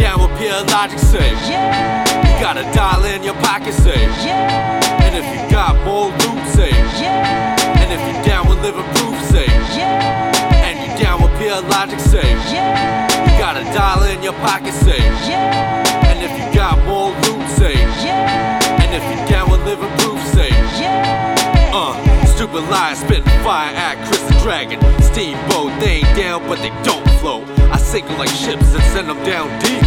your logic safe. Yeah, You got a dollar in your pocket safe. yeah, And if you got more loot safe. yeah, And if you down with living proof safe. yeah, And you down with pure logic safe. yeah, You got a dollar in your pocket safe. yeah, And if you got more loot safe. yeah, And if you down with living proof safe. yeah. Uh, stupid lies, spit fire at Chris the Dragon. Steamboat, they ain't down, but they don't float. I sink 'em like ships and send them down deep.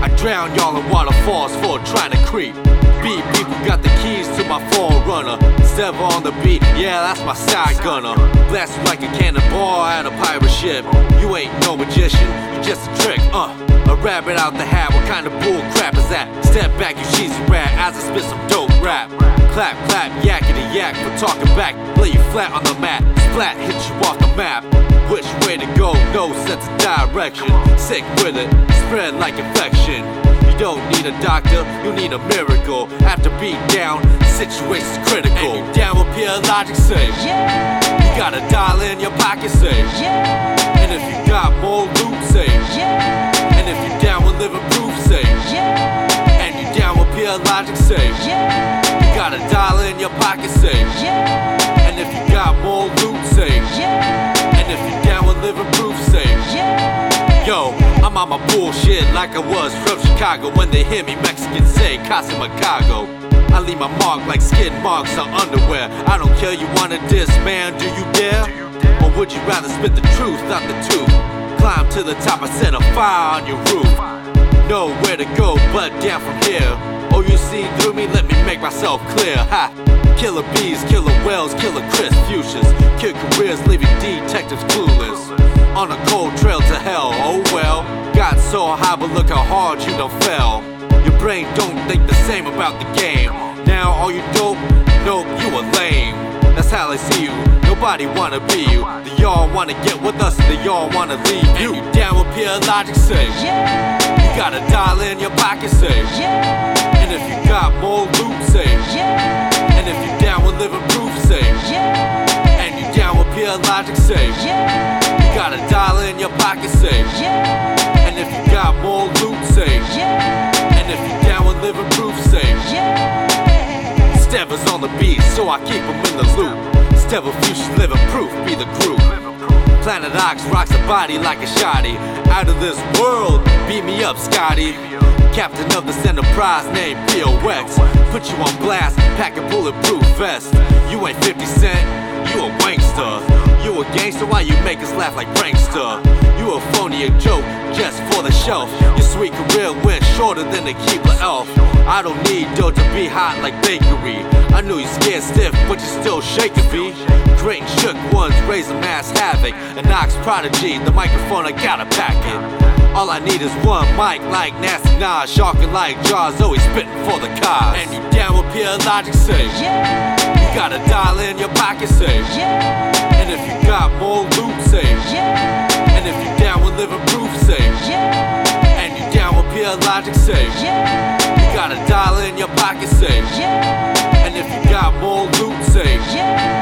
I drown y'all in waterfalls for trying to creep. Beat people got the keys to my forerunner. Sever on the beat, yeah, that's my side gunner. Blast you like a cannonball at a pirate ship. You ain't no magician, you just a trick, uh. A rabbit out the hat, what kind of bull crap is that? Step back, you cheesy rat, as I spit some dope rap. Clap, clap, yakety yak for talking back. Lay you flat on the mat, splat, hit you off the map. Which way to go, no sense of direction. Sick with it, spread like infection. You don't need a doctor, you need a miracle. After beat down, situation's critical. And you down with pure logic, safe. You got a dollar in your pocket, safe. And if you got more loot, safe. And if you down with living proof, safe. And you down with pure logic, safe. You got a dollar in your pocket, safe. And if you got more loot, safe. And if you down with living proof, safe. Yo, I'm on my bullshit like I was from Chicago. When they hear me, Mexicans say Casa Macago. I leave my mark like skin marks on underwear. I don't care, you wanna diss, man, do you dare? Or would you rather spit the truth, not the tooth? Climb to the top, I set a fire on your roof. Know where to go, but down from here. Oh, you see through me, let me make myself clear. Ha! Killer bees, killer whales, killer Chris Fuchsias. Kill careers, leaving detectives clueless. On a cold trail to hell, oh well. Got so high, but look how hard you done fell. Your brain don't think the same about the game. Now all you dope, nope, you a lame. That's how they see you. Nobody wanna be you. They all wanna get with us, they all wanna leave you. And you down with pure logic, say. You got a dollar in your pocket, say. And if you got more loot, say. And if you down with living proof, safe. And you down with pure logic, safe. You got a dollar in your pocket, safe. And if you got more loot, safe. And if you down with living proof, safe. Stebbers on the beat, so I keep 'em in the loop. Stebber Fuchsia's living proof, be the group. Planet Ox rocks a body like a shoddy. Out of this world, beat me up, Scotty. Captain of this enterprise named POX. Put you on blast, pack a bulletproof vest. You ain't 50 Cent, you a wankster. You a gangster, why you make us laugh like prankster? You a phony, a joke, just for the shelf. Your sweet career went shorter than the keeper elf. I don't need dough to be hot like bakery. I knew you scared stiff, but you still shaking me. Great and shook ones, raising mass havoc. An ox prodigy, the microphone, I gotta pack it. All I need is one mic like Nasty Nas, sharking like Jaws, always spitting for the cause. And you down with pure logic, say. You got a dollar in your pocket, say. And if you got more loot, say. And if you down with living proof, say. And you down with pure logic, say. You got a dollar in your pocket, say. And if you got more loot, say. Yeah.